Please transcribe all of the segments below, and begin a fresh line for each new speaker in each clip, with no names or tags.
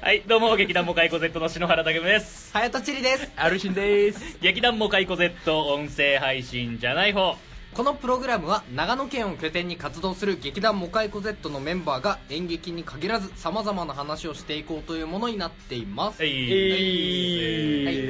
はい、どうも、劇団モカイコ Z の篠原武夢です。
はやとちりです
アルシンです
劇団モカイコ Z 音声配信じゃない方。
このプログラムは長野県を拠点に活動する劇団モカイコ Z のメンバーが演劇に限らず様々な話をしていこうというものになっています
はい
はいはい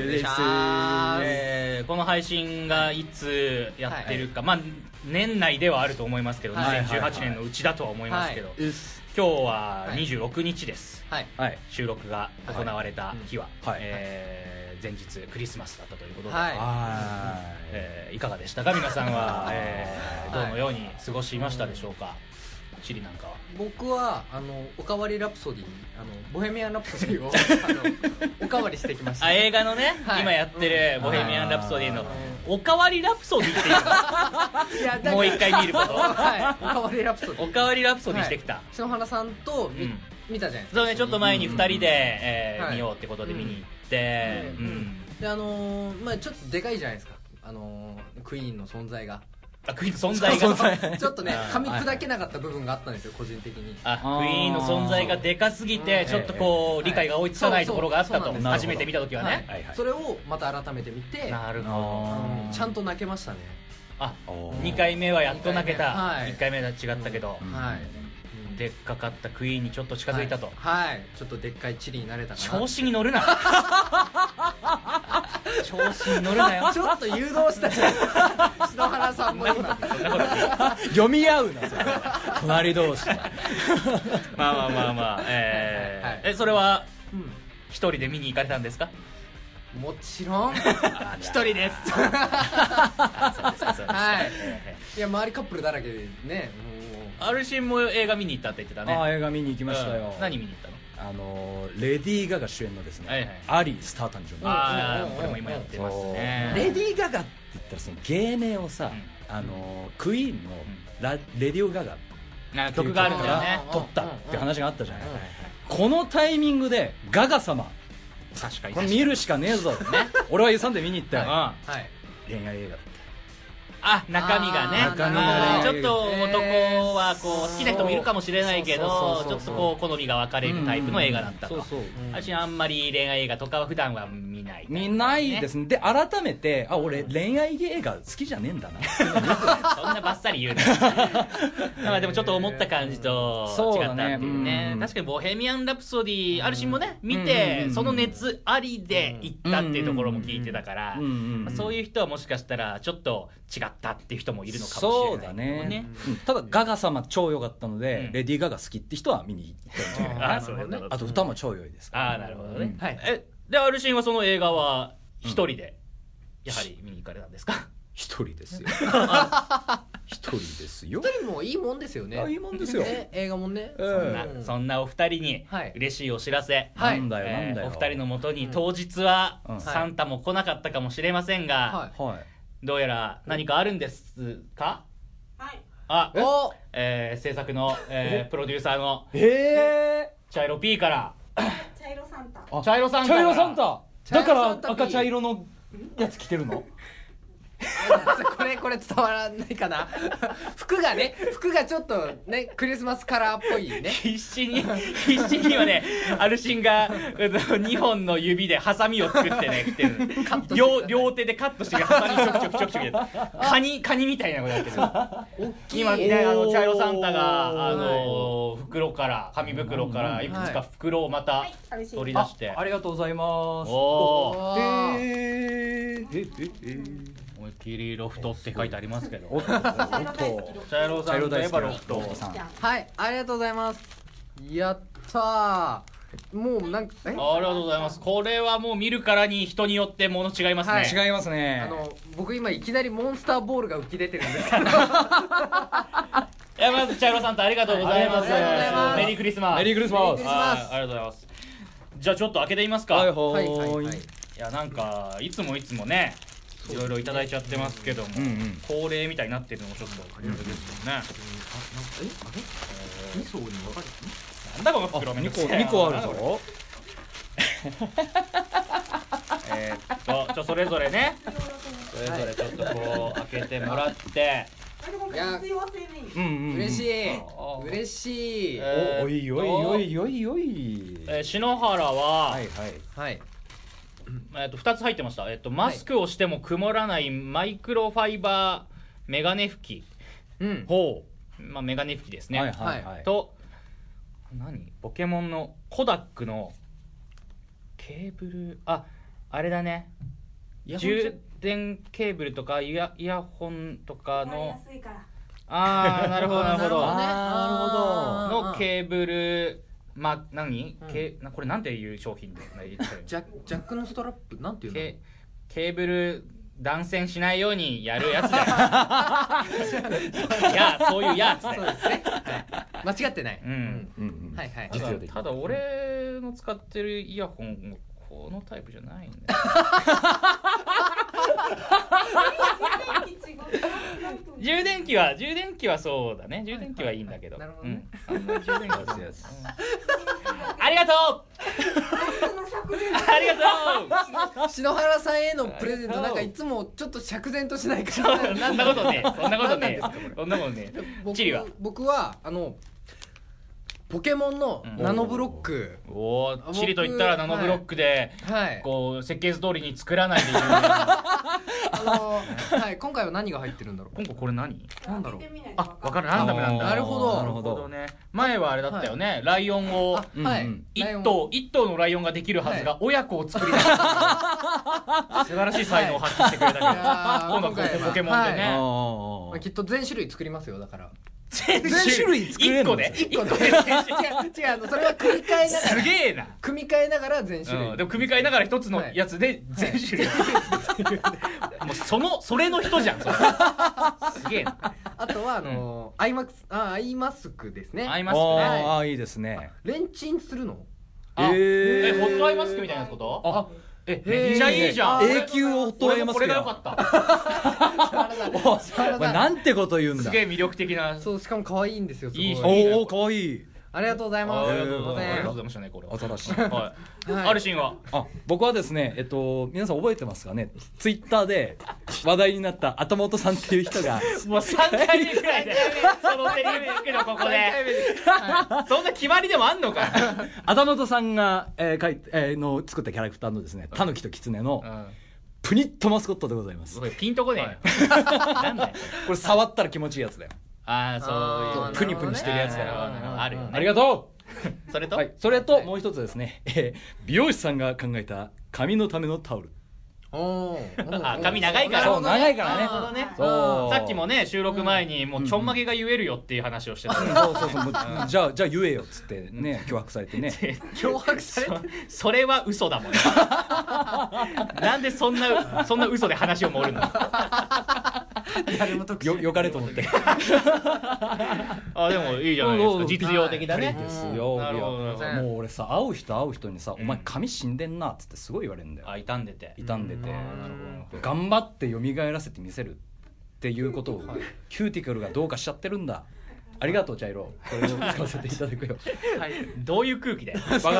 お願いします
えーこの配信がいつやってるか、まあ、年内ではあると思いますけど、
はい
2018年のうちだとは思いますけど、
うっす
今日は26日です。
はい
はい
収録が行われた日は、
はい
えー前日クリスマスだったということで、
はい
は
えーいかがでしたか皆さんは、えー
は
ど
い
のように過ごしましたでしょうか、チリなんかは
僕はあのおかわりラプソディあのボヘミアンラプソデ ィをあのおかわりしてきました
あ映画のね、
はい
今やってる「
ん
ボヘミアン・ラプソディ」の
あ
「おかわりラプソディ」っていう
いやだか
の
ら
もう一回見ること
はいおかわりラプソディ
おかわりラプソディしてきた、
篠原さんとみ
うん
見たじゃないですか
そうねちょっと前に2人で、えー
はい
見ようってことで見に行って、う
うんんであのーまあちょっとでかいじゃないですかあのークイーンの存在が
あクイーンの存在が
存 在
ちょ っとね
あー
噛み砕けなかった部分があったんですよ個人的に
あクイーンの存在がでかすぎて
うん
ちょっとこう
ええ
理解が追いつかないところがあった
そ
と
うそう
なんです
初めて見た時はね、
はいはい
それをまた改めて見て
なるほ
あ
ど
うんちゃんと泣けましたね
あ
おー
2回目はやっと泣けた
はい
1回目は違ったけど、
うん
はいうん
でっかかったクイーンにちょっと近づいたと、
はいはいちょっとでっかいチリになれたかな
調子に乗る な調子に乗るなよ
ちょっと誘導した い篠原さんも今
い読み合うなそれ隣 同士
まあまあまあまあえー
はいはい
えそれは
うん
一人で見に行かれたんですか
もちろん
一人 です
はい
え
いや周りカップルだらけでねも
ー
う
アルシンも映画見に行ったって言ってたね
ああ映画見に行きましたよ
うん何見に行ったの
あのレディー・ガガ主演のです
はい
ね
はい
アリー・スター誕生日
あ
うん
あ
うんうん
これも今やってます
そうレ
ね
ディー・ガガって言ったらその芸名をさあのクイーンのラレディオ・ガガ
なんか曲があるんだよね
うん
取ったって話があったじゃない
うん
このタイミングでガガ様
確かに
これ
確かに
見るしかねえぞ俺は勇んで見に行った
うん
よ
あ
はい
恋愛映画だっ
中身がね
あー
中身
あ
が
ーちょ
ね
っと男はこう好きな人もいるかもしれないけどちょ
そうそうそ
っ
うそう
とこう好みが分か
た
れるタイプの映画だった
そ
と
うそう
うん
私あんまり恋愛映画とかは普段は見ない
見ないですすねで改めてあ俺恋愛映画好きじゃねえんだな
そんなばっさり 言うなまあでもちょっと思った感じと
そう
違
だ
っ
ね
たっていうね
うん
確かに「ボヘミアン・ラプソディ」あるしもね見
うんうんう
て
ん
その熱ありで行ったっていうところも聞いてたから、
うんうん
まあそういう人はもしかしたらちょっと違ったっていう人もいるのか
そ
も
う
しれな
だ
い
ね
けど
うんただガガ様超良かったので、
うん
レディー・ガガ好きって人は見に行ったんじゃないか
あ
な
あ
あ
そうだね
と歌も超良いですから
ああなるほどね、
うん
はい
えでアルシンはその映画は一人でやはり見に行かれたんですか
一 人ですよ一人ですよ
一人もいいもんですよね
あいいもんですよ
ね映画もね
そ
ええ
んなそんなお二人に
はい
嬉しいお知らせ、
はい
なんだよ、
え
なん
ー
だよ
お二人のもとに当日は
うん
サンタも来なかったかもしれませんが、
はい
はい
どうやら何かあるんですかはいあ、
お
えー、制作の、えー、プロデューサーの
ええ
茶色 P から
茶色サンタ
あ
茶色さんか
茶
ら
色サンタ
茶
だ
色サ
から
ンタ
赤茶色のやつ着てるの
これこれ伝わらないかな 服がね服がちょっとねクリスマスカラーっぽいね
必死に 必死にはねアルシンが2本の指でハサミを作ってね来てる
カットしてください
両両手でカットしてハサミちょくちょくちょくちょくやってカニカニみたいなことやってる
大きい
今ねあの茶色サンタがあ
おー
の袋から紙袋からいくつか袋をまた
はい寂しい
取り出して、
あありがとうございます
おー
おー
えー、えええ
思いっきりロフトって書いてありますけど
おっとおっ
茶色大好きロ
と
茶色さんといえばロフト
茶色大好き
じゃん
はいありがとうございますやったーもうなんかえ
ありがとうございますこれはもう見るからに人によってもの違いますね、
違いますね
あの僕今いきなりモンスターボールが浮き出てるんですけ ど
いやまず茶色さんとありがとうございます,、
はいありがとうございます
メリークリスマス
メリークリスマ
メ
ス
リークリスマス
はいありがとうございますじゃあちょっと開けてみますか、
はい
い、
は
はいいはいはい
やなんかいつもいつもねいろいろいただいちゃってますけども、
うんうん
恒例みたいになってるのもちょっとあれですよね、
えあれ二層に分かれて
なんだこの袋めん
2
どく
個
せえな
二個あるぞ
えーっとちょそれぞれね
必要だと思う
それぞれちょっとこう開けてもらって
あでもこれ必要性ない
うんうん
る嬉しい
あー
嬉しい
えー
おおいおいおいおいおい
えー篠原は、
はいはい
はい
えっと2つ入ってました、えっとマスクをしても曇らないマイクロファイバーメガネ拭き
うん
ほう、まあ、メガネ拭きですね、
はいはいはい
と何ポケモンのコダックのケーブルああれだね
イヤホンじゃ
充電ケーブルとかイヤイヤホンとか
わ
の
かりやすいから
ああなる ほどなるほど
あーな
なるほど
のケーブルま何、
うん
ケーなこれなんていう商品ですかね言ったらいいの
ジャジャックのストラップなんていうの
ケケーブル断線しないようにやるやつだよいやそういうやつだ
そう
よ
ですね、はい、間違ってない、
うん
うんうん
はいはい
た
実
だ
用的
ただ俺の使ってるイヤホンもこのタイプじゃないん だよ充電器は充電器はそうだね充電器はいいんだけど、
はいはいはいなる
うんあんまり充電器は
やつ
ありがとうありが
篠原さんへのプレゼントなんかいつもちょっと釈然としないか ら
とうそんなことねえそんなことね
なんです
えそんなことねえ
僕
チリは
僕はあのポケモンの
うん
ナノブロック、
おおチリと言ったらナノブロックで、
はい
こう設計図通りに作らないでいい、ね、
あのはい今回は何が入ってるんだろう
今後これ何
なんだろう
あわかる
な
なんだなんだ
なるほど
なるほど
ね前はあれだったよね、ライオンを
あ、はい、
うん
一
ライオン
頭一頭のライオンができるはずが親子を作り出した素晴らしい才能を発揮してくれたけど、
いや
今
ー
度はこう
今回は
ポケモンでね、
は
あ
まあきっと全種類作りますよだから
全
全種類作れる
一
の
個で
一
一
個
個
で
で
違う違うあのそれは組み替えなが
す
ら
げえな、
組み替えながら全種類、
うん、でも組み替えながら一つのやつで全種類、もうそのそれの人じゃんそれすげえな
あとはあのアイマックスあアイマスクですね
合い
ー
ますね
あーいいですね
レンチンするの
あえ
えー
ホットアイマスクみたいなこと
あ
えめっちゃいいじゃん
へー永久を問えま
俺も
す
これが良かった
お お前なんてこと言うん
す
だ
げえ魅力的な
そうしかも可愛いんですよすごい
いい人
おおかわいい
ありがとうございます
あ
ー
りがとうございますありがとうご
す
ざいましたねこれは
新しい
はい、
はい
あるシーンは
あ僕はですねえっと皆さん覚えてますかねツイッターで話題になった頭本さんっていう人が
もう3回目ぐらいでそのセリフ聞くのここでそんな決まりでもあんのか
頭本さんが、えー書いてえーの作ったキャラクターのですねタヌキとキツネのプニッとマスコットでございま
す
すこ
ごいピンとこねえよなんだよ
れ触ったら気持ちいいやつだよ
ああそう
あ
い
ー
う
プニプニしてるやつだよ
あーあるよね
ありがと
それ
う、
と、
はい、それともう一つですね、えー美容師さんが考えた髪のためのタオル
お
あ髪長いから
そう長いからね
なるほどね
そう
さっきもね収録前にもうちょんまげが言えるよっていう話をしてた、
そう そうそうもうじゃあじゃあ言えよっつってね脅迫されて ね
脅迫されて
そそれは嘘だ もんねなんでそんなそんな嘘で話を盛るの
誰も得し
よよかれと思 って
あでもいいじゃないです
どう
か
ぞ
実用的だ
いい
ね
ですよ
なるほどなるほど
もう俺さ会う人会う人にさ「
うん
お前髪死んでんな」っつってすごい言われるんだよ
あ傷んでて
傷んでて
ほど
頑張って蘇らせてみせるっていうことをキューティクルがどうかしちゃってるんだありがとうジャイロこれを使わせていただくよ
はい
どういう空 気で
バカ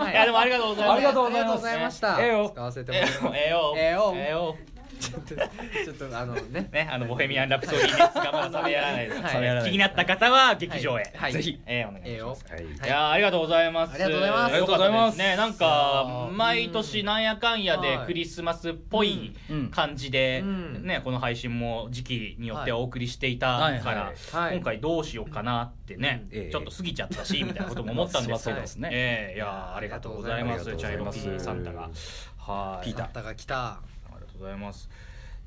はい
やでもありがとうございます
ありがとうございま
ありがと
す
うございました
ええよ
使わせても
え
らいます
えよ
ええよ
ええよ
ちょっとちょっとあのね
ねあのボヘミアンラプソディにつかまだ冷めやらないです、
はい
冷めやらないです気になった方は劇場へ、
はい
ぜひ
ええお願い
ええ
しま
よ
す
はい
いやーありがとうございます。
ありがとうございます
よかったですね。なん
あ
か
ー
毎年なんやかんやで
はい
クリスマスっぽい
うん
感じで
うん
ねこの配信も時期によってはお送りしていた
はい
か
はい
ら
はい
今回どうしようかなってね
うん
ちょっと過ぎちゃったしみたいなことも思ったんですけ
まあそう
ど
ですね
ええいやーありがとうございま
あ
す。
り
チ
が
ャイ
とうご
ロ
ざ
ピ
います
ーサンタがはい
ピータ
あったが来た
ありがとうございます。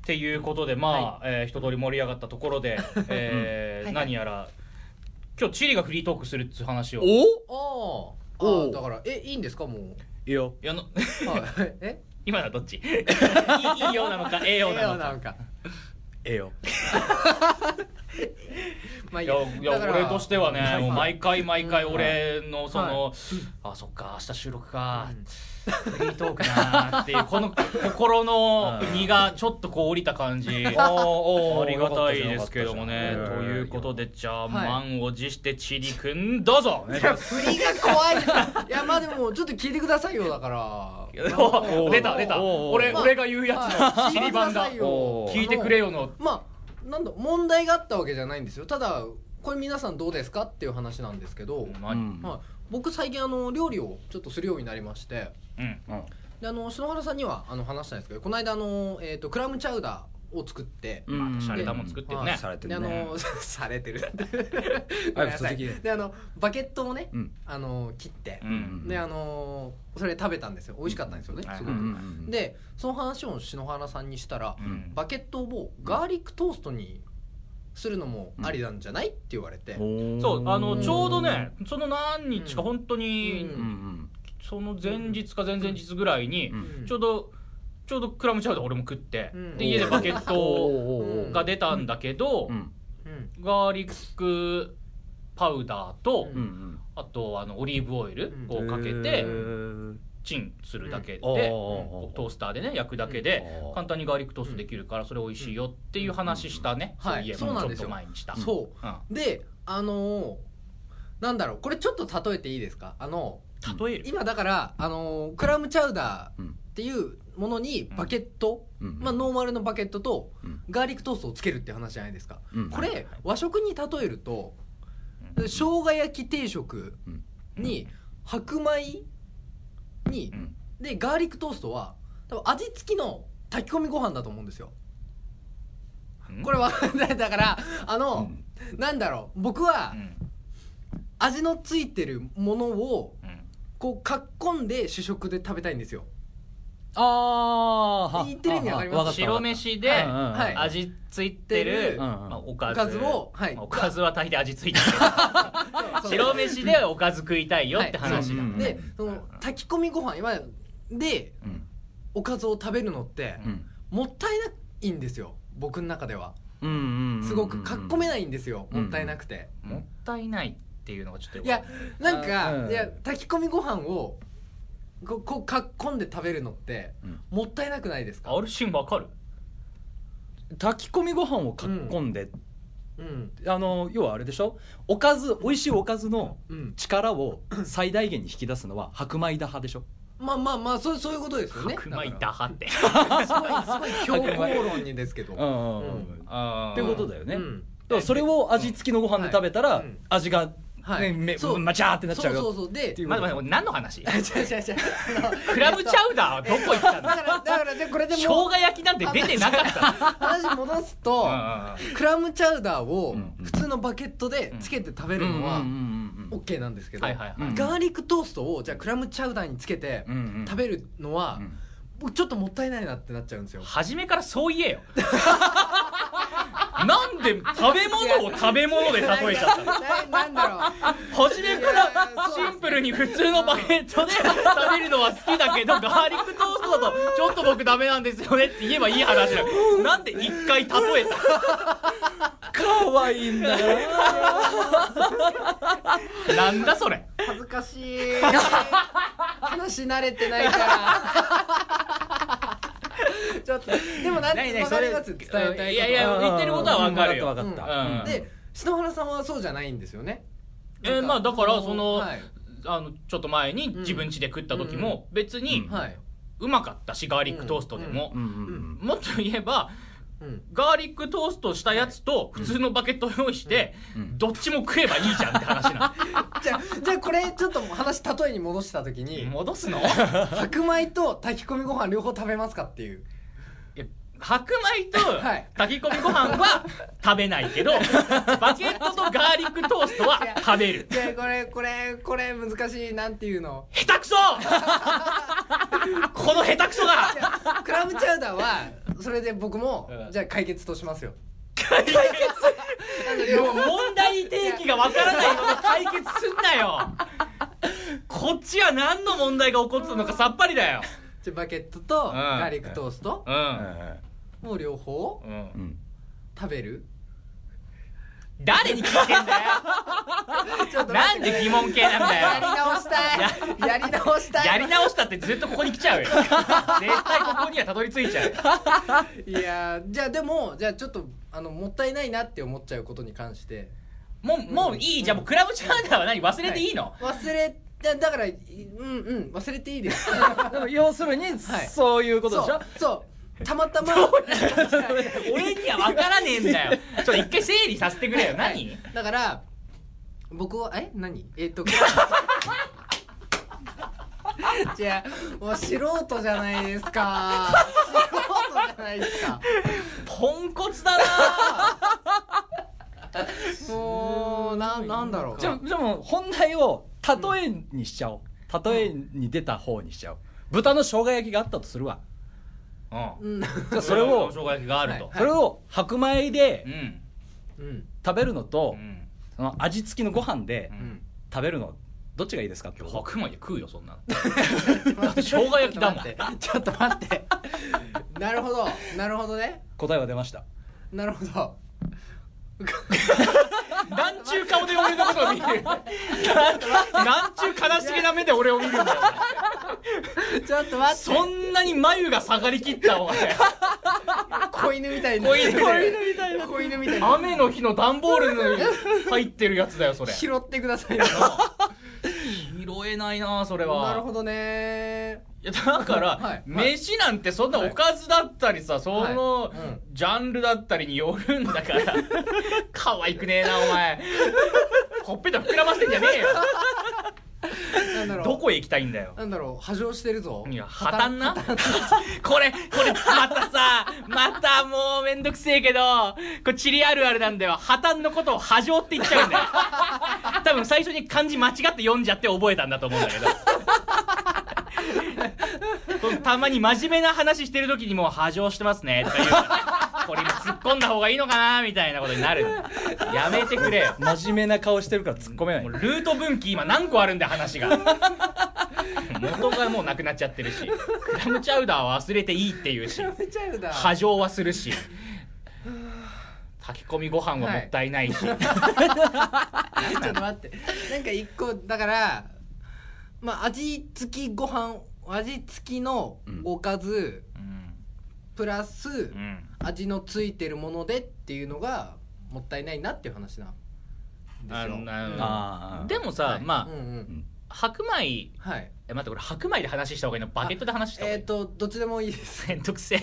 っていうことでまあ、えー一通り盛り上がったところで、えー
はいはい
何やら今日チリがフリートークするっつう話を。
お
お
お
お
う
だからえいいんですかもう
いいよ
いやの
はいえ
今のはどっち いいいいようなのかええようなのか
んか
ええよ
まあい
い
いや
やいや
だから
俺としてはねもう
はい
毎回毎回
うん
俺のその、あそっか明日収録か、フリートークなーっていうこの心の荷がちょっとこう降りた感じあ
お
りがたいですけどもねということでじゃあ、満を持してチリくんどうぞ
いや振りが怖いいやまあでもちょっと聞いてくださいよだから
お お出た出た
お
俺
まあ
俺が言うやつのチリ版だ
聞いてくださいよ
聞いてくれよの
まあなんだ問題があったわけじゃないんですよただこれ皆さんどうですかっていう話なんですけど、
まあ
うん
はい、僕最近あの料理をちょっとするようになりまして
うん
うん
であの篠原さんにはあの話したんですけどこの間あの、えー、とクラムチャウダーを作って、
まあ
うん
洒落たもん作ってる
は
ね
い
されて
であ
るね
の されて るご
は
め
い
ん
普
な
通
さ
的
い
で
であのバケットをね
うん
あの切って
う、
ん
であのそれ食べたんですよ美味しかったんですよね、
うん
す
う
ご
ん
く、
うんうん
でその話を篠原さんにしたら、
うん
バケットをガーリックトーストにするのもありなんじゃないって言われて、
そうあのちょうどね
う
その何日か
うん
本当に、
うん
んうん
その前日か前々日ぐらいに、
うん
うん
ちょうどちょうどクラムチャウダー俺も食って、
うん
で家でバケット
おーおーおー
が出たんだけど、
うん
うん
ガーリックパウダーと、
うんうん
あとあのオリーブオイルをかけ
へ
て
ー
チンするだけで、
おーおーおー
トースターでね焼くだけで
うん
簡単にガーリックトーストできるからそれ美味しいよっていう話したね、
うん
そういえば
はいそうなん
ちょ
で
っ
す
と
よ
前にした。
そう
う
であのーなんだろうこれちょっと例えていいですかあの
ん、例える、
今だからあのークラムチャウダーっていうものにバケット、
うん
まあ、ノーマルのバケットと
うん
ガーリックトーストをつけるって話じゃないですか、
うん
これ和食に例えると
うん
生姜焼き定食に白米に
うん
でガーリックトーストは多分味付きの炊き込みご飯だと思うんですよ
うん
これは だからあの、
う
なんだろう僕は
うん
味のついてるものを
うん
こう囲んで主食で食べたいんですよ
ああは
言ってる意味わかります
わったわか
白
った
飯で、
うんうんうん
はい
味ついてる、
うん
まあ、おかず
おかずをはい
まあおかずは大抵味つい てる白飯でおかず食いたいよって話だ、
はいうん
でその炊き込みご飯いわゆるで
うん
おかずを食べるのって
うん
もったいないんですよ僕の中では
うんうんうんうん
すごく囲めないんですよ
うん
もったいなくて
もったいないっていうのがちょっとよ
い
くわ
や
かんない
なん
あーう
か
ん
いや炊き込みご飯をここう囲んで食べるのって
うん
もったいなくないですか
あるシーンわかる
炊き込みご飯をかっこんで、
うん
あの要はあれでしょおかず美味しいおかずの
うん
力を最大限に引き出すのは白米打派でしょ
まあまあまあそうそういうことですよね
白米
だ
だ
か
はって
らすごいすごい強硬論にですけ ど
ん
うん
っ
って
ことだよね、
う
だ
ん
からそれを味付きのご飯で食べたら、
うんうん
味が、ね
はい
め
そう
まちゃーってなっち
そ
ゃ
う
うよ
そうそうで
っていう
まだまだ何の話
違う違う違うあの
クラムチャウダーはどこ行ったの
だからだからじゃあこれで
生
もう
姜焼きなんて出てなかった
話戻すと
のうん
クラムチャウダーを
うん
普通のバケットでつけて食べるのは
うんうんうん
OK なんですけど
はい
ガ
はいはい、
うん
ーリックトーストをじゃあクラムチャウダーにつけて
うんうんうん
食べるのは
うん
僕ちょっともったいないなってなっちゃうんですよ
初めからそう言えよなんで食べ物を食べ物で例えちゃったの
ななんだろう
初めか
いやいや
ら
そう
シンプルに普通のバケットで食べるのは好きだけどガーリックトーストだとちょっと僕ダメなんですよねって言えばいい話だよなんで一回例え
可愛いんだよ
たなんだそれ
恥ずかしい 話慣れてないから ちょっとでもなん
ないない
わかります伝えたいこと
いやいや言ってることは分かるよ
うん分かった分かった、
で篠原さんはそうじゃないんですよね
えーまあだからその
はい
あのちょっと前に自分家で食った時も別に
はいう
まかったしガーリックトーストでも
うんうんうん
もっと言えば
うん
ガーリックトーストしたやつと普通のバケット用意して
うん
どっちも食えばいいじゃんって話な
じゃあじゃあこれちょっと話例えに戻した時
の
に
戻すの
白米と炊き込みご飯両方食べますかっていう
いや白米と
はい
炊き込みご飯は食べない けど、バケットとガーリックトーストは食べる。
じゃあこれこれこれ難しいなんていうの
下手 くそこの下手くそが
クラムチャウダーはそれで僕も
うん
じゃあ解決としますよ
もう問題提起がわからないのと解決すんなよこっちは何の問題が起こってたのかさっぱりだよ
じゃあバケットと
ん
ガーリックトースト
う、
うんん
もう両方
うん
う、ん
食べる
誰に聞いてんだよ なんで疑問系なんだ
やり
よ
直したいやり直したい
やり直したってずっとここに来ち ゃうよ絶対ここにはたどり着いちゃうよ
いやーじゃあでもじゃあちょっとあのもったいないなって思っちゃうことに関して
もう、もういいじゃあもうクラブチャウダーは何忘れていいの、
忘れだだからいうんうん忘れていいです
要するに、そういうことでしょ
そうそうたまたま
俺には分からねえんだよ ちょっと一回整理させてくれよ何
だから僕はえ何えっ とじゃあもう素人じゃないですか素人じゃないですか
ポンコツだな
もうななんだろう
じゃあじゃあもう本題を例えにしちゃおう例えに出た方にしちゃおう豚の生姜焼きがあったとするわ
うん
うん
じゃあそれを
生姜焼きがあると、
はい
それを白米で
うん
うん
食べるの
う
と
ん
その味付きのご飯で
うん
食べるのどっちがいいですかってこと
白米で食うよそん なの
だ
って生姜焼きだもん
ちょっと待ってなるほどなるほどね
答えは出ました
なるほど
なんちゅう顔で俺のことを見てるなんちゅう悲しげな目で俺を見るんだよ
ちょっと待って
そんなに眉が下がりきったお前
子犬みたいな
子犬
みたいな子犬みたいな
雨の日の段ボールに入ってるやつだよそれ拾
拾ってくださいよ
えないなそれは
なるほどね
いやだから、
はい
飯なんてそんなおかずだったりさ、その、
はいうん
ジャンルだったりによるんだから可愛くねえなお前ほっぺた膨らませてんじゃねえよ
なんだろう
どこへ行きたいんだよ
なんだろう、破綻してるぞ。
いや破綻なこれこれまたさまたもうめんどくせえけどこれチリあるあるなんだよ破綻のことを破状って言っちゃうんだよ多分最初に漢字間違って読んじゃって覚えたんだと思うんだけどこのたまに真面目な話してる時にもう破状してますねとか言うからこれ今突っ込んだ方がいいのかなみたいなことになるやめてくれよ
真面目な顔してるから突っ込めない
もうルート分岐今何個あるんだよ話が元がもうなくなっちゃってるしクラムチャウダーは忘れていいっていうし
めちゃうだ。
波状はするし炊き込みご飯はもったいないし、
ちょっと待って。なんか一個、だから、まあ、味付きご飯、味付きのおかず、
うん
プラス
う、ん
味のついてるものでっていうのが、もったいないなっていう話なんです
あ
よ。
のな
うん
あー
でもさ、
はい
まあ、
うんうん
白米
はい。
え待ってこれ白米で話した方がいいのバケットで話した方が
え
いい
っ、と、どっちでもいいです。
めんどくせえ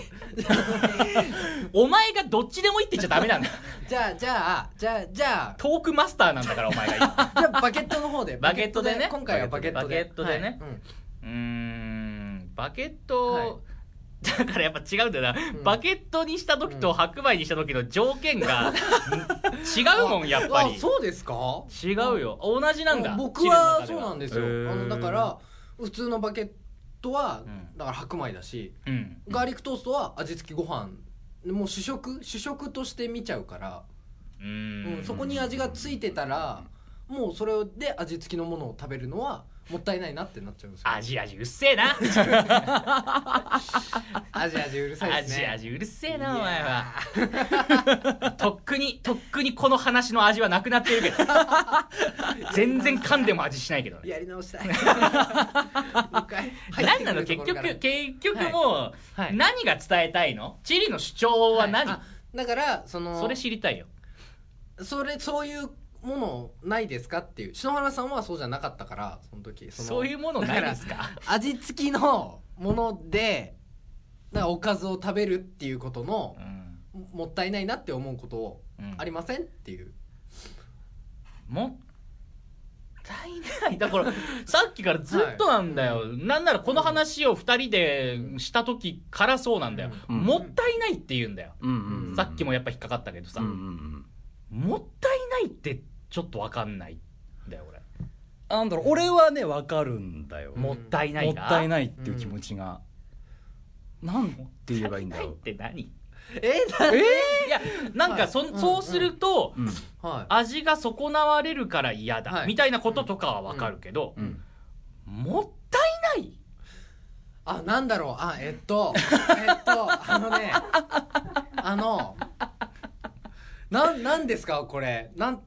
お前がどっちでもいいって言っちゃダメなんだ
じゃあ、じゃあ、じゃあ、じゃあ、
トークマスターなんだからお前が言う
じゃあバケットの方で。
バケットでね
今回はバケットで。
バケットでね
はいうん
うーんバケット、
はい
だからやっぱ違うんだよな、
ん
バケットにした時と白米にした時の条件 が違うもんやっぱり
あ、そうですか
違うよ同じなんだ
僕はそうなんですよ、
へー
あのだから普通のバケットは、
うん
だから白米だし
チルの中ではうん
ガーリックトーストは味付きご飯もう主食主食として見ちゃうから、
う
うん
ーん
そこに味がついてたらもうそれで味付きのものを食べるのはもったいないなってなっちゃうんですよ
味味うっせえ な
味味うるさいです
味
ね
味うるせえなお前は とっくにとっくにこの話の味はなくなってるけ ど全然噛んでも味しないけどね
やり直し たいもう一回
何なの結局結局もう、
はい
何が伝えたいのチリの主張は何、
はいあだからその
それ知りたいよ
それそういうものないですかっていう篠原さんはそうじゃなかったからその時
そ
の
ういうものないですか
味付きのものでなんかおかずを食べるっていうことの
うん
もったいないなって思うことを
うん
ありませんっていう
もったいないだから さっきからずっとなんだよ、なんならこの話を2人でした時からそうなんだよ、
うん
もったいないって言うんだよ、
うんうん
さっきもやっぱ引っかかったけどさ、
うんうんうん
もったいないってちょっと分かんないんだよ俺
なんだろう俺はね分かるんだよ
ん
もったいない
もっ
が
たいないっていう気持ちが、なんて言えばいいんだろ
も
う
っ、たいないって
え
何えいやなんかそ,、
はい
そうすると、
うん
は
味が損なわれるから嫌だ、
はい
みたいなこととかは分かるけど、
うん、
もったいない
いあなんだろうあえっとえっとあのねあのなんなんですかこれなん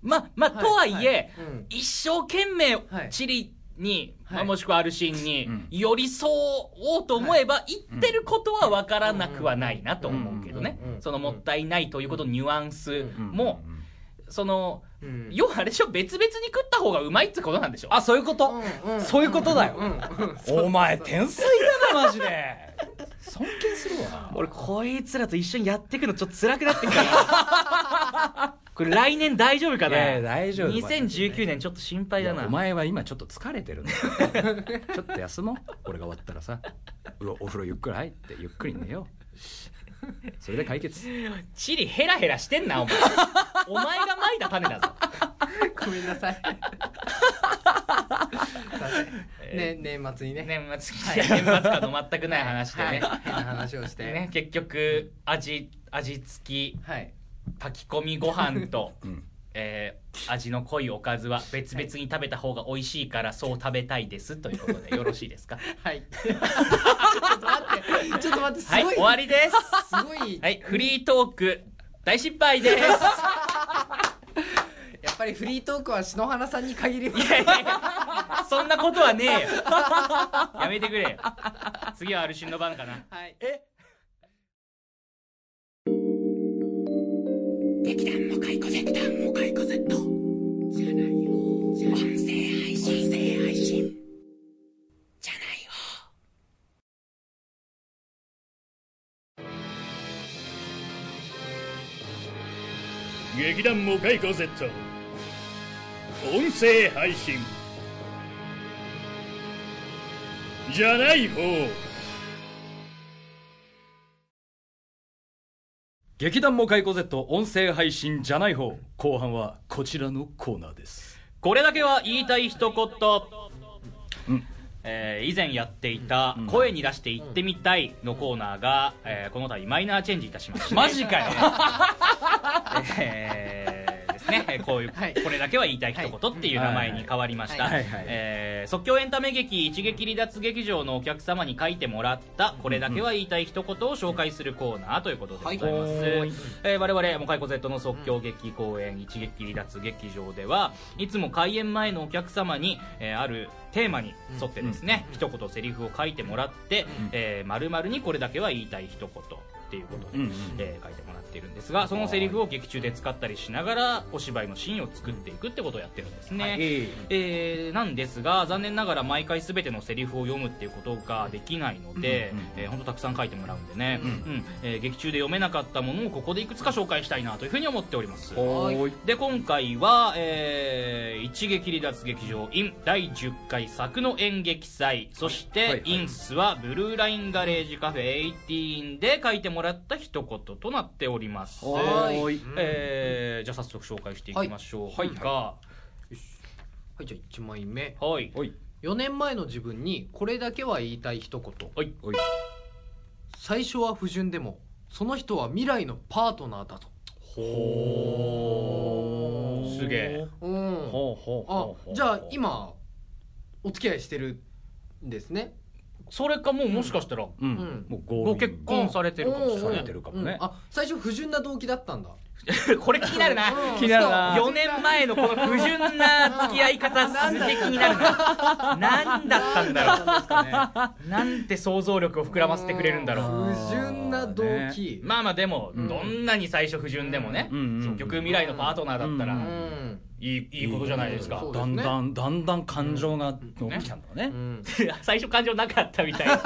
まあまあ、とはいえ、
うん
一生懸命
はい
チリに、
はい
まあもしくはアルシンに
うん
寄り添おうと思えば言ってることは分からなくはないなと思うけどね
うんうんうん
そのもったいないということのニュアンス
うん
もその
うん
要はあれでしょ別々に食った方がうまいってことなんでしょ
あそういうこと、
うんん
そういうことだよ
うんうん
お前天才だなマジで尊敬するわ
俺こいつらと一緒にやっていくのちょっと辛くなってきた これ来年大丈夫か
いやい
な
や大丈夫
2019年ちょっと心配だ
い
な
やお前は今ちょっと疲れてるんだよ ちょっと休もう俺が終わったらさおお風呂ゆっくり入ってゆっくり寝ようそれで解決、
チリヘラヘラしてん なお前お前がまいた種だぞ
ごめんなさい。ね、年末にね。
年末いや年末感の全くない話で
はい
ね,、
変な話をして。
ね結局味味付き
はい。
炊き込みご飯 と
うん
えー味の濃いおかずは別々に食べた方が美味しいからそう食べたいですということでよろしいですか
はい。ちょっと待って。ちょっと待って。す
はい
ごい。
終わりです
すごい。
はいフリートーク大失敗ですい
やっぱりフリートークは篠原さんに限ります。
やいやいやそんなことはねえよやめてくれよ次はアルシンの番かな
はい。
劇団モカイコゼ劇団モカイコゼットじゃないよ音声配信音声配信じゃないよ
劇団モカイコ Z 音声配信じゃない方
劇団モカイコ Z 音声配信じゃない方後半はこちらのコーナーです
これだけは言いたい一言、
うん
えー以前やっていた「声に出して言ってみたい」のコーナーが、えーこの度マイナーチェンジいたしましたマジかよ、 えーですねこういう、
はい
これだけは言いたい一言っていう名前に変わりました、
はい
はいはい
えー即興エンタメ劇一撃離脱劇場のお客様に書いてもらったこれだけは言いたい一言を紹介するコーナーということでございます、えー我々モカイコ Z の即興劇公演一撃離脱劇場ではいつも開演前のお客様に、えーあるテーマに沿ってですね、一言セリフを書いてもらって
ん
えー丸々にこれだけは言いたい一言っていうことで、
うんうん
えー書いてもらっているんですがそのセリフを劇中で使ったりしながらお芝居のシーンを作っていくってことをやってるんですね、えーなんですが残念ながら毎回全てのセリフを読むっていうことができないので
うんうん
えーほんとたくさん書いてもらうんでね、うんえー劇中で読めなかったものをここでいくつか紹介したいなというふうに思っております
おい
で今回は、えー一撃離脱劇場 in 第10回作の演劇祭そして、
はいはい
インスはブルーラインガレージカフェ18で書いてもらった一言となっております
はい
おい
えーじゃあ早速紹介していきましょう
はい
か
はい、じゃあ一枚目。
はい
おい
4年前の自分にこれだけは言いたい一言。
はい
おい
最初は不純でも、その人は未来のパートナーだと。
ほーすげえ
うん。
ほうほう
あ
ほうほう、
じゃあ今、お付き合いしてるんですね。
それかもうもしかしたら
う
う
ん、
ん
もう
ご
ご
結婚されてるかもしれ
さ
な
れ
い
てるかもね
あ、最初不純な動機だったんだ。
これ気になるな
うん
気になるな
4年前のこの不純な付き合い方すげえ気になる な何だったんだろう
なんだったんですかね
なんて想像力を膨らませてくれるんだろう
不純な動機。
まあまあでも
うん
どんなに最初不純でもね
うんうんうん
結局未来のパートナーだった
う
ら
ん。
いいいいことじゃないですか
そう
だんだんだんだん感情が乗ってきたんだろうね
うん。
最初感情なかったみ たいな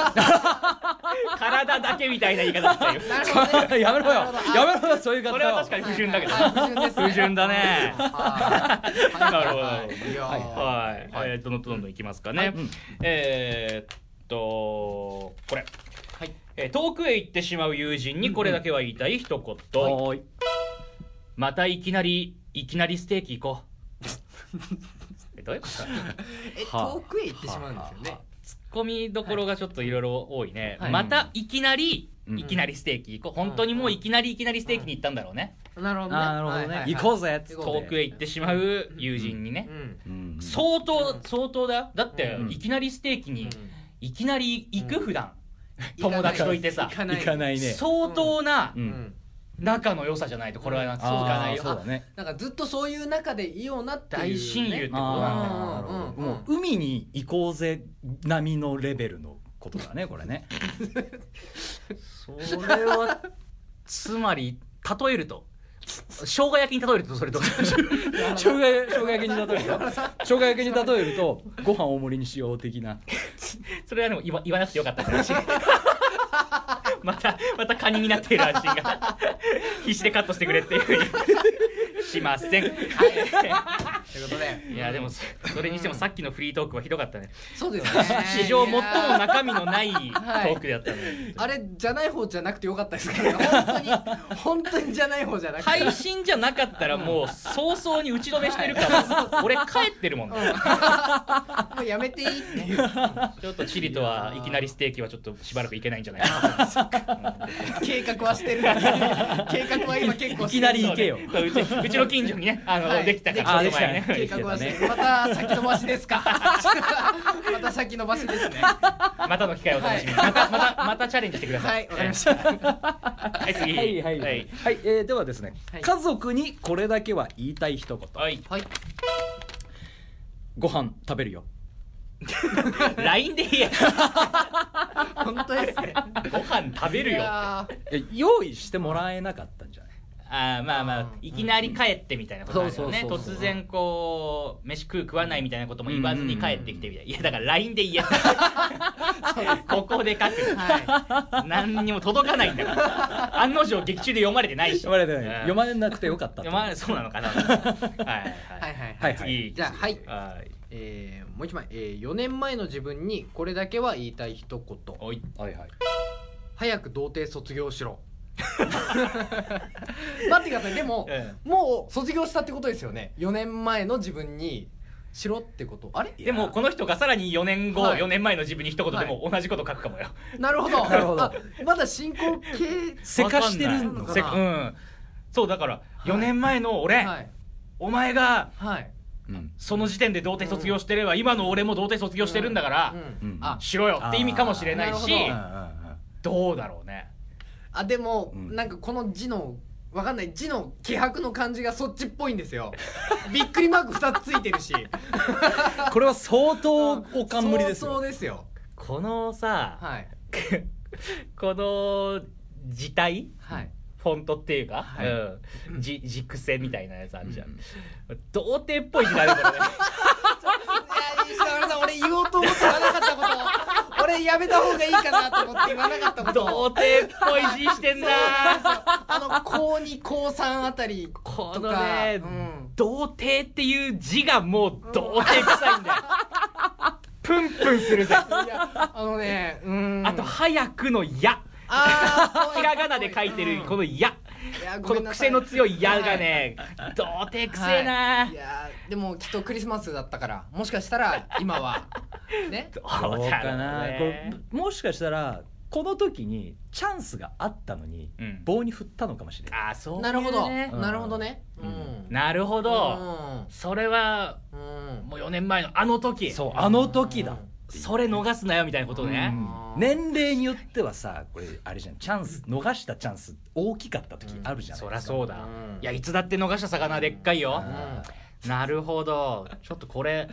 体だけみたいな言い方だったよ
なるほどね。
やめろ
な
よ
るほど
やめろよそういう 方
それは確かに不純だけど
あ不純ですね
不純だね
はい
なるほど
いやー
はい、
はい
えー、どんどんどんどんいきますかね、
うん
えー、っとこれ、えー遠くへ行ってしまう友人にこれだけは言いたい一言、
おい
またいきなりいきなりステーキ行こう えどういうこと
え
はあ
遠くへ行ってしまうんですよね。
ツッコミどころがちょっといろいろ多いね、
はい
またいきなり
うん
いきなりステーキ行こう本当にもういきなりいきなりステーキに行ったんだろうね、
なるほどね。
あーなるほどね行
う。
こうぜっつって
はいはい
遠くへ行ってしまう友人にね
う、ん。
うん
相当相当だよだって、
うん
いきなりステーキにいきなり行く
うん
普段、友達といてさ
行かない。
行か
い。
ないね
相当な
う
うんん。
仲の良さじゃないとこれは続
あー
かないよ
そうだね
なんかずっとそういう中でいようなっていうね。
大親友ってことなんだよ
あー
うん
なるほど
うん
もう海に行こうぜ並みのレベルのことだねこれね
それはつまり例えると生姜焼きに例える とそれと
生姜焼生姜焼きに例えると
だからさ
生姜焼きに例えるとご飯大盛りにしよう的な
それはでも言わ言わなくてよかった話 またまたカニになっている安心が 必死でカットしてくれっていうふう にしません
ということで
いやでもそそれにしてもさっきのフリートークはひどかったね
そうで すね
史上最も中身のないト
はい
ークだったので
あれじゃない方じゃなくてよかったですからね本当に本当にじゃない方じゃなくて
配信じゃなかったらもう早々に打ち止めしてるから俺帰ってるもんね
もうやめていいっていう
ちょっとチリとはいきなりステーキはちょっとしばらくいけないんじゃないか
計画はしてる のに計画は今結構してる
いきなり行けよ
なうちうちの近所にねあの、
はい
できたから
あできた
ね
ね
計画はして
でき
るまた先延ばしです かまた先延ばしですね
またの機会を楽しみに、またまたまたチャレンジしてくださ。
はいいわかりました
た。はい次。
はいはい
は
はいい、えーではですね、
はい
家族にこれだけは言いたい一言
はい。
はい
ご飯食べるよ
LINE で言え。
本当ですね
ご飯食べる
い
よ。あ
や
え用意してもらえなかったんじゃない
ーまあまあいきなり帰ってみたいなことあるよね。
そうそうそうそう
突然こう飯食う食わないみたいなことも言わずに帰ってきてみたいな。いやだから LINE で言え。ここで書く。何にも届かないんだ から。案の定劇中で読まれてないし。
読まれてない
うん
読まれなくてよかった
読まれそうなのかな。はい
は
はいい。
はいは
はいいはい
次
じゃあはい、
はい。
えー、もう一枚、えー、4年前の自分にこれだけは言いたい一言
おい。
はいはい
早く童貞卒業しろ 待ってくださいでも、
え
もう卒業したってことですよね4年前の自分にしろってことあれ
でもこの人がさらに4年後、
はい
4年前の自分に一言でも同じこと書くかもよ。
なるほど
なるほど
あまだ進行形
せかしてるの
かな
せかうん。そうだから
い
4年前の俺、
はい
お前が
はい
うん
その時点で童貞卒業してれば、今の俺も童貞卒業してるんだから、
うん
うん
あ
しろよって意味かもしれないし
あー
うんう
なん
うん
どうだろうね
あでも、
うん
なんかこの字のわかんない字の気迫の感じがそっちっぽいんですよびっくりマーク2つついてるし
これは相当お冠です
そう
よ
ですよ
このさ、
はい
この字体
はい
フォントっていうか、
はい
うん、じ字癖みたいなやつあるじゃん、
うん
童貞っぽい字だねこれね
いや石原さん俺言おうと思って言わなかったこと俺やめた方がいいかなと思って言わなかったこと
童貞っぽい字してんな
あの高2高3あたり
ことの
か、
ね、
うん
童貞っていう字がもう童貞臭いんだよ、 プンプンするぜ
いやあのねうん
あと「早く」の「や」
あ ー
ひらがなで書いてるこの「や」
いやご
こ
めん
の
なさ
癖
い
の強い「や」がね童貞くせえ
はい
ない
やーでもきっとクリスマスだったからもしかし たら今はね
ど
どう
だろ
かな、これ
ね
もしかしたらこの時にチャンスがあったのに、
うん
棒に振ったのかもしれない
あーそういうね
なるほど、
うん
なるほどね
うん
なるほどそれは
うんうん
もう4年前のあの時
そうあの時だ、
それ逃すなよみたいなことね
うん
年齢によってはさこれあれじゃんチャンス逃したチャンス大きかった時あるじゃん、
そりゃそう
う
だ
ん
いやいつだって逃した魚はでっかいよ
うんあ
なるほどちょっとこれ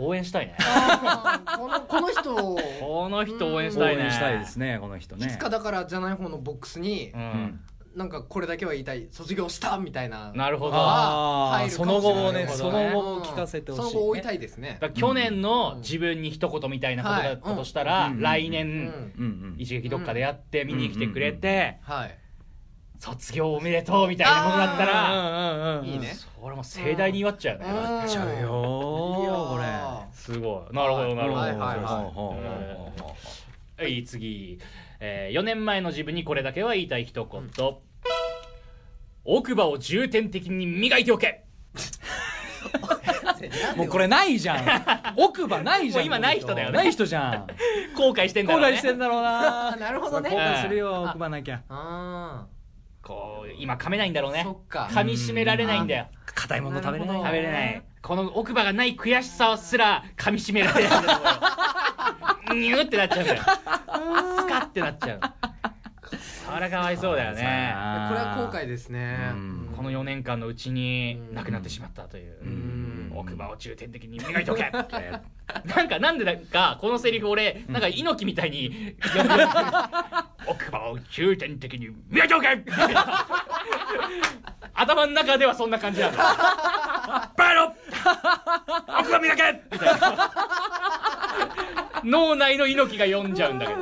応援したいね
ーこのこの人を
この人応援し
応
たいね
援したいですねこの人ね
いつかだからじゃない方のボックスに
う、
うんん、
なんかこれだけは言いたい卒業したみたいな
なるほど
あー
あー
入るかもしれない
その後をね
なるほ
そ
ど
の
後を聞かせてほしいね
その後追いたいですね
だから去年の自分に一言みたいなことだったとしたら、
はいうん
来
う
年
ん
うんうん
一撃どっかでやって見に来てくれて、
はい
卒業おめでとうみたいなことだったら、
ら
いいね
それもう盛大に祝っちゃうね、
うん
ちゃうよ
いや
ーこれ
ー
すごいなるほどなるほど、
は
はいい
はい
次、え4年前の自分にこれだけは言いたい一言、奥歯を重点的に磨いておけ
もうこれないじゃん奥歯ないじゃ
も
ん
う今ない人だよね
ない人じゃん
後悔してんだ
後
ろう
悔
ね
してんだろうな
なるほどね
後悔するよ奥歯なきゃ
あ
こう今噛めないんだろう
ー
ね
そっか
噛み締められないんだよ
硬いもの食べれ
なる
な
ほ
い
ど
食べれないこの奥歯がない悔しさすら噛み締められないんだと思うよニューってなっちゃうんだよスカってなっちゃうそれかわいそうだよね
これは後悔ですね
うん
この4年間のうちになくなってしまったという、
ん
奥歯を重点的に磨いとけ なんかなんでだかこのセリフ俺なんか猪木みたい に呼んでる奥歯を重点的に磨いとけ 頭の中ではそんな感じなのバロ奥歯磨けみたいな脳内の猪木が読んじゃうんだけど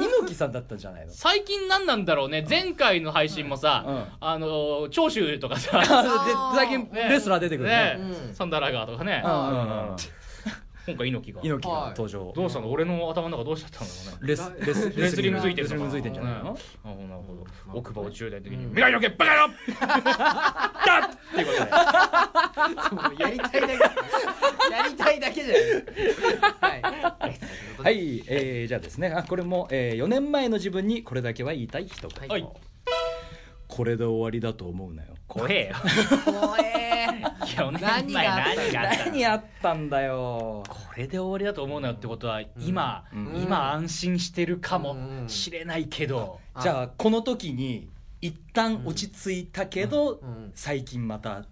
猪木さんだったんじゃないの
最近何なんだろうね前回の配信もさ、
うん
あのー長州とかさ
あで最近レスラー 出てくるね
ね
うん
サンダーラガーとかね、
うんうんうん
今回猪木が
猪木が登場
どうしたの俺の頭の中どうしちゃったんだろうね
レスレス
レスリングついてる
レスリングついてんじゃない
の
の
かなうんなるほどなるほど奥歯を10代の時に
うん
未来よけバカ野郎だっっていうことで
やりたいだけやりたいだけじゃないはい
はいい、えーじゃあですねあこれも、え4年前の自分にこれだけは言いたい人
はい
はい
これで終わりだと思うなよ
怖えよ
怖え
4年前
何があった
何があった
何あったんだよ
これで終わりだと思うなよってことは今、
うん
今安心してるかも
うん
しれないけど、
あ
じゃあこの時に一旦落ち着いたけど、
うん
最近また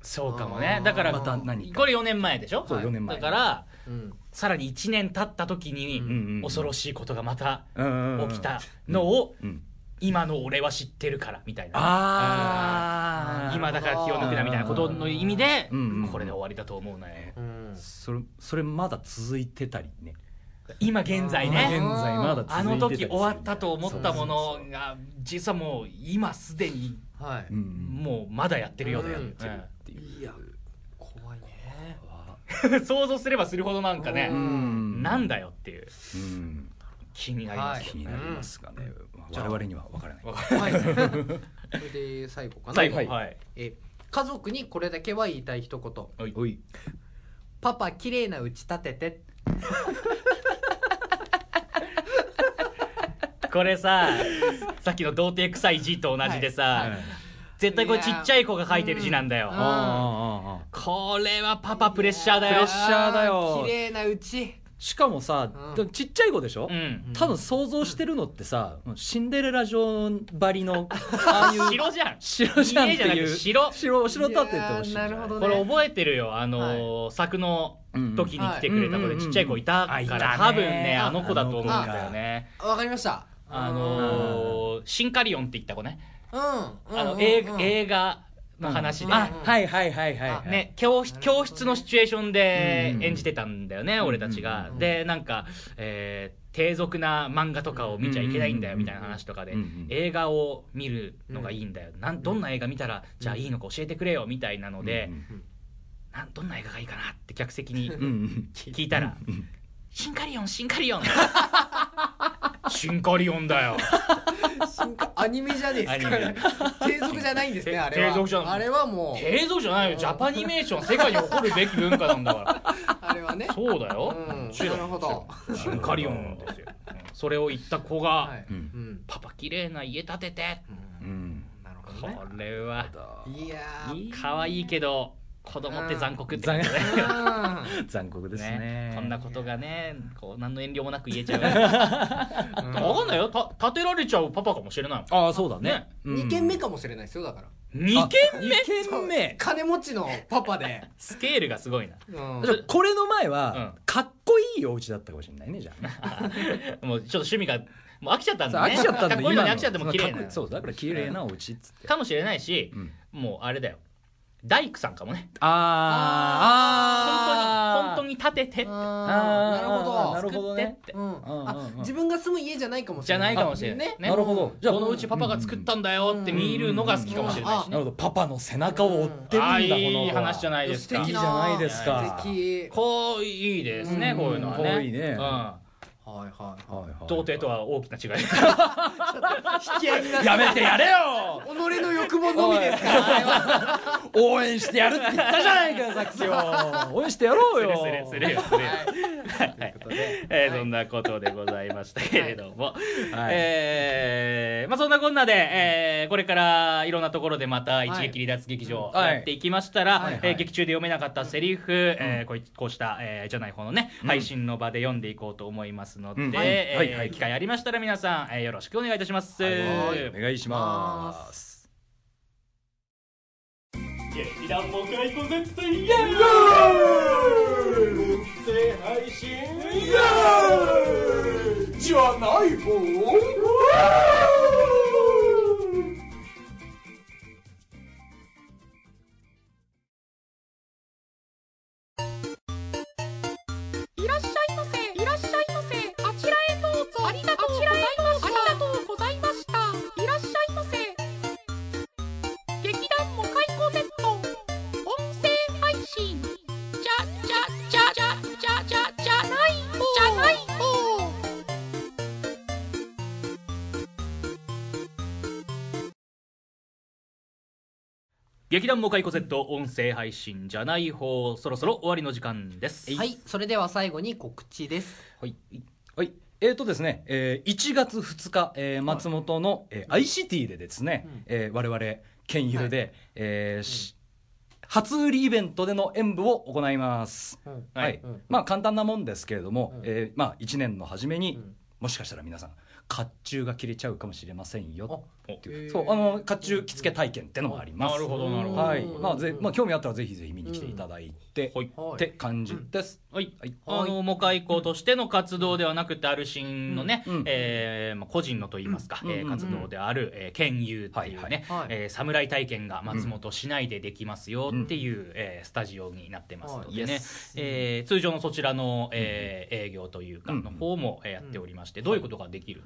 そうかもね
あー
だから
ま
ま
た
た
何
何
これ4年前でしょ、
そう
はい
4年前
だから
うん
さらに1年経った時に、
うん
恐ろ
し
しいことがまた
い
起き、たのを
うんうん、
今の俺は知ってるからみたいな
ああ
今だから気を抜くなみたいなことの意味で
うんうんうん
これで終わりだと思うなよ
うん
それそれまだ続いてたりね
今現在
今
ね
現在まだ続いてた
あ
りする
の時終わったと思ったも
そう
のが実はもう今すでに
は
うんうん
もうまだやってるよね、
うん
っていう
いいや怖いね
うん 想像すればするほどなんかね
う
なんだよっていう
うん
気になります、
はい
気になりますがね、
じゃ
我
あ
々には分からない
わか
はいそれで最後かな
最後は、
はいい
え家族にこれだけは言いたい一言
おい
おい
パパ綺麗な打ち立てて
これささっきの童貞臭い字と同じでさ、
はいはい
絶対これちっちゃい子が書いてる字なんだよ、
うん
ああああ
これはパパプレッシャーだ
プレ
よ
ッシャーだよ
あー綺麗なうち
しかもさ、
うん
でもちっちゃい子でしょ、
うん
多分想像してるのってさシンデレラ城ばりのああいう
白じゃん
白じゃんっ
家
て
じゃなくて
いう
白
白お城立ててほしいんじゃない
いやーなるほどね
これ覚えてるよあのー作の時に来てくれた子
うんう
で
んはい
ちっちゃい子いたか
あいた
ら
ね
多分ねあの子だと思うんだよね
わかりました
あのーシンカリオンって言った子ね
うんうん
あの
うん
映
うん
映画の話
うん
で
あはいはいはいはいはい
ね、教室教室のシチュエーションで
うん
演じてたんだよね、
ん
俺たちが、
うん
でなんか、えー低俗な漫画とかを見ちゃいけないんだよみたいな話とかで、
うんうん
映画を見るのがいいんだよなんどんな映画見たらじゃあいいのか教えてくれよみたいなので、なんどんな映画がいいかなって客席に
うんうん
聞いたら
うんうん
「シンカリオンシンカリオン」 シンカリオンだよ
進化アニメじゃねえですか
アニメ
低俗じゃないんですね
低
あれは
低俗じゃん
あれはもう
映像じゃないよジャパニメーション世界に誇るべき文化なんだから
あれはね
そうだよ、
うん
そうだよ
なるほど
シンカリオンですよ、うんそれを言った子が、
はい
うん
うん
パパ綺麗な家建てて
うん
なるほ
こ
どね
れはい
やー
いい可愛いけど子供って残酷ってこと
残
ね
残酷です
ね
ね
こんなことがねこう何の遠慮もなく言えち ゃ
う
う
ん
分かんないよた建てられちゃうパパかもしれない
ああそうだね
ね
うん
2軒目かもしれないですよだから
2軒目
二軒目
金持ちのパパで
スケールがすごいな
うん
じゃあこれの前は、
う
かっこいいお家だったかもしれないねじゃあね
もうちょっと趣味がもう飽きちゃったん
そう
だね
飽きちゃったんで
かっこいいのに
今
飽きちゃっても綺麗な
かっこそうだから綺麗なお家っつって、
かもしれないし
うん
もうあれだよ大工さんかもね本
あーあ
当に本当に建ててって
あーなるほど
なるほどね
作ってって
うん
うんうん
あ
うん
自分が住む家じゃないかもし
じゃ
れな
ないいかもしれない
ね
ね
なるほどじゃあ
このうちパパが作ったんだよって見るのが好きかもしれないし
な
ね
るほどパパの背中を追ってるんだ、
あ
この
いい話じゃ
い
ないですか
素
い
敵
いじゃないですか
素敵
こういいですね、
うん
こういうのはね
こういいね
う
はいはいは
はいはい
ん、童貞とは大きな 違い
い引き上げな
やめてやれよ
己の欲望のみですからあれは
応援してやるって言ったじゃないかさっ きよ応援してやろうよ
すれすれすれよすれよ
ということで
えーそんなことでございましたけれども、
はい
えーまあ、そんなこんなで、えーこれからいろんなところでまた一撃離脱劇場
はい
やっていきましたら、
はいはい
えー劇中で読めなかったセリフ、えーこういこうした、えーじゃない方のね、配信の場で読んでいこうと思いますので、
うんはい
えー
はいはい
機会ありましたら皆さん、えーよろしくお願いいたします。
はいお願いします
劇団モカイコ Z イエーイ音声配信イエーイじゃない方
いらっしゃいませ
劇団モカイコ Z 音声配信じゃない方そろそろ終わりの時間です
はいそれでは最後に告知です
はい。はい。えーとですね、えー1月2日、えー松本の、えー、ICT でですね、
うん
えー我々、県有で、えーし初売りイベントでの演舞を行います。
はい
はい
うん
まあ簡単なもんですけれども、
うん
えーまあ、1年の初めに、
うん
もしかしたら皆さん甲冑が切れちゃうかもしれませんよっていう
へー
そうあの甲冑着付け体験ってのもあります。
なるほどなるほど
はいまあぜまあ、
日
興味あったらぜひぜひ見に来ていただいて、
はい
って感じです。
はい
はい
あのモカイコとしての活動ではなくてある新のね、
うんうん
えーまあ、個人のといいますか、
うん
えー
うん
活動である、えー、県有っていうね、
はいはい
はい
えー侍体験が松本市内でできますよっていう、えースタジオになってますので
はいイエ
ね、えー通常のそちらの、えー営業というかの方もえーやっておりまして、どういうことができる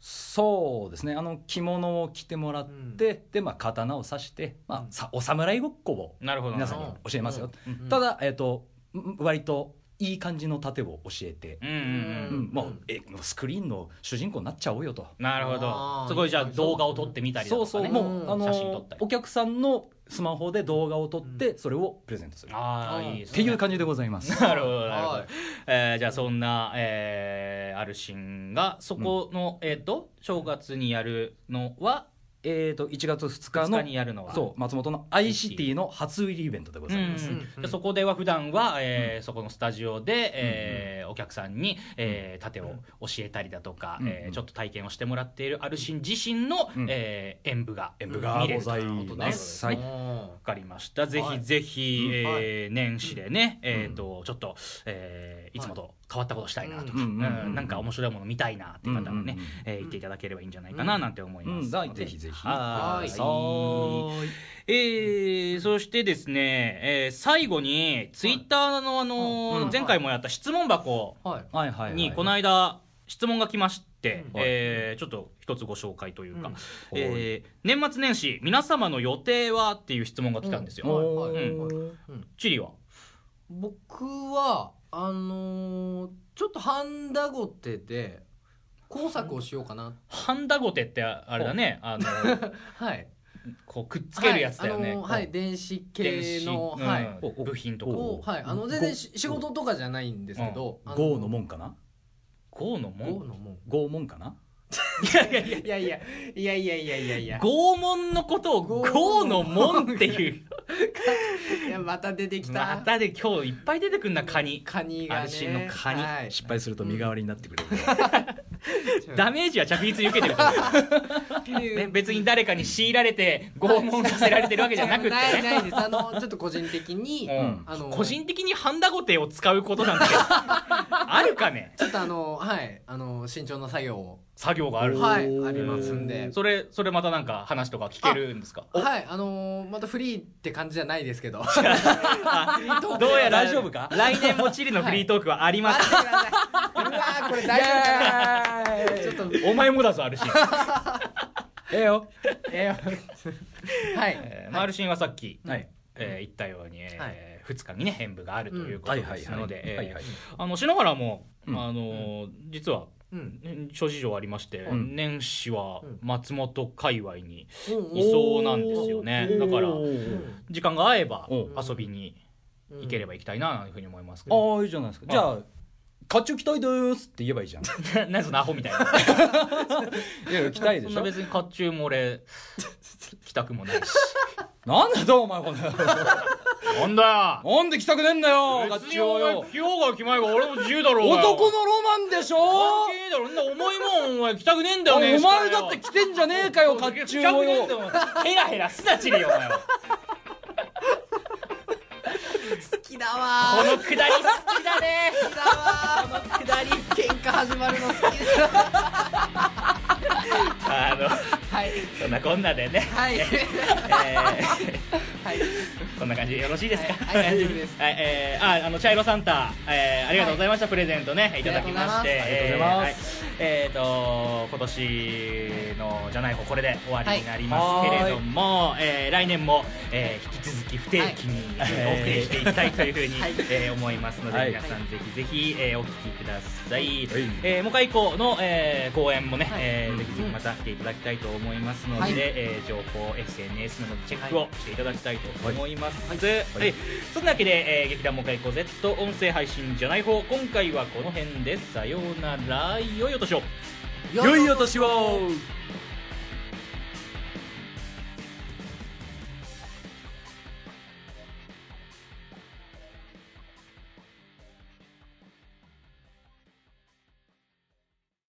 そうですねあの着物を着てもらって、で、まあ、刀を刺して、
う
まあ、
ん
さお侍ごっこを
なるほど
皆さんに教えますよ、
うん
ただ、えっとん割といい感じの盾を教えて、
うんうんうん
うんも
う
うんえもうスクリーンの主人公になっちゃおうよと。
なるほ
あ
ど
ー
すごいじゃあ動画を撮ってみたりだ
そ
と
う
か
そう、
ね
もう、
うん
あの
写真撮ったり
お客さんのスマホで動画を撮って、それをプレゼントするっ
ああいいですね
ていう感じでございます。
なるほどなるほど、
はい
えーじゃあそんな、えー、あるシーンがそこの、えっ、と正月にやるのは
えっと1月2日
2
の
日にやるのは
そう松本の ICT の初売りイベントでございます。
うん
うん
でそこでは普段は、えーそこのスタジオで、えーお客さんに、えー、盾を教えたりだとか、
うん
えーちょっと体験をしてもらっているあるシーン自身の、
うん
えー演舞が
演舞が
見れ
ご
ると
ざい
いうことで
ますす。はい。
わかりました。ぜひぜひ、
はい
えー
うん
年始でね、えっ、と、ちょっと、えーいつもと変わったことしたいなとか、
う
うんん
うん
なんか面白いもの見たいなって方はね、
うんうんうん
えー言っていただければいいんじゃないかななんて思いますので、
うんぜひぜひ
はーい。
はーい
えーそしてですね、えー最後に、ツイッターのあのー
うん
前回もやった質問箱
はい
はいはいはい。
に、この間、質問が来まして、
うん
えーちょっと一つご紹介というか、
うん
えー年末年始、皆様の予定はっていう質問が来たんですよ。
は
お
いはい
ー
はい
チリは
僕はあのーちょっとハンダゴテで工作をしようかな
ハンダゴテってあれだね、あの、
はい
こうくっつけるやつだよ
はいあ
ね。
のーはい電子
電
系
子
の、
うん
はい
部品とか。
を
お
はいあの全然し仕事とかじゃないんですけど、あの
ゴーの門かな。
ゴーのも
ゴー
ん
のもん
ゴー門かな。
いやいやいやいやいやいやいやいや
拷問のことをゴーのもんっていう。
いやまた出てきた
またで今日いっぱい出てくんな、カニ。
カニがね
アルシンのカニ
はい
失敗すると身代わりになってくれる。
ダメージは着実に受けてると思う。ね、別に誰かに強いられて拷問させられてるわけじゃなくてね。
ないないですあのちょっと個人的に、
うん
あの
個人的にハンダゴテを使うことなん てあるかね
ちょっとあのはいあの慎重な作業を
作業がある。
はいありますんで
それ、それまたなんか話とか聞けるんですか
はいあのーまたフリーって感じじゃないですけ ど
あどうやら
大丈夫か
来年もチリのフリートークはありま
待
す
ってくださいうわーこれ大丈夫かなちょっと
お前もだぞアルシン、
ええよ。
えーはい
えーまあ、アルシンはさっき、
はい。
えー言ったように、えー
はい
2日にね演舞があるということ
はいはい
です
はい。
ので
はい
え
は
ー
い。
あの篠原も、
うん
あのー実は
うん
ん諸事情ありまして、
ん
年始は
うん
松本界隈に
うん
いそうなんですよねだから
あ
時間が合えば
お
遊びに行ければ行きたいなというふうに思いますけど、
あーいいじゃないですか。じゃあ甲冑着たいですって言えばいいじゃん。い
な なんでそのアホみたいな
や着たいで
そん
し
な
ょ。
別に甲冑も 俺着たくもないし
なんだよお前この野郎。
なんだよ
なんで着たくねえんだよ甲
別に
冑
お
を
前
よ。
着ようが着まいが俺も自由だろうがよ
男のロマンでしょ。
関係ねえだろそんな重いもんお前着たくねえんだ
お
よね
前だって着てんじゃねえかよ甲
着
冑
た
を
くねえんだ
よ。
よお前ヘラヘラすなちりよお前は
好きだ
こ
わ
のくだり好きだね
ー好きだわー
くだり
喧嘩始まるの好きだ
あの
はい
そんなこんなでね、
はい
えー
はい
こんな感じよろしいですか
はいはい大丈夫です
はいえーああの茶色サンタ、えーありがとうございました、プレゼントねいただきまして
あ
りがとうございます
えーはいえーと今年のじゃない方これで終わりになりますけれども、えー来年も、えー引き続き不定期に、
はい
お送りしていきたいというふうに、
はい
えー思いますので、
はい
皆さんぜひぜひ、えーお聞きください、
はい
えーもう一回以降の、えー公演もね、
はい
えーぜひぜひまた来ていただきたいと思いますので、
はい
えー情報 SNS などのチェックをしていただきたいと思います、はい
いはい
そんなわけで、えー劇団もう一回行こう Z 音声配信じゃない方今回はこの辺ですさようならよいお年を
良いお年を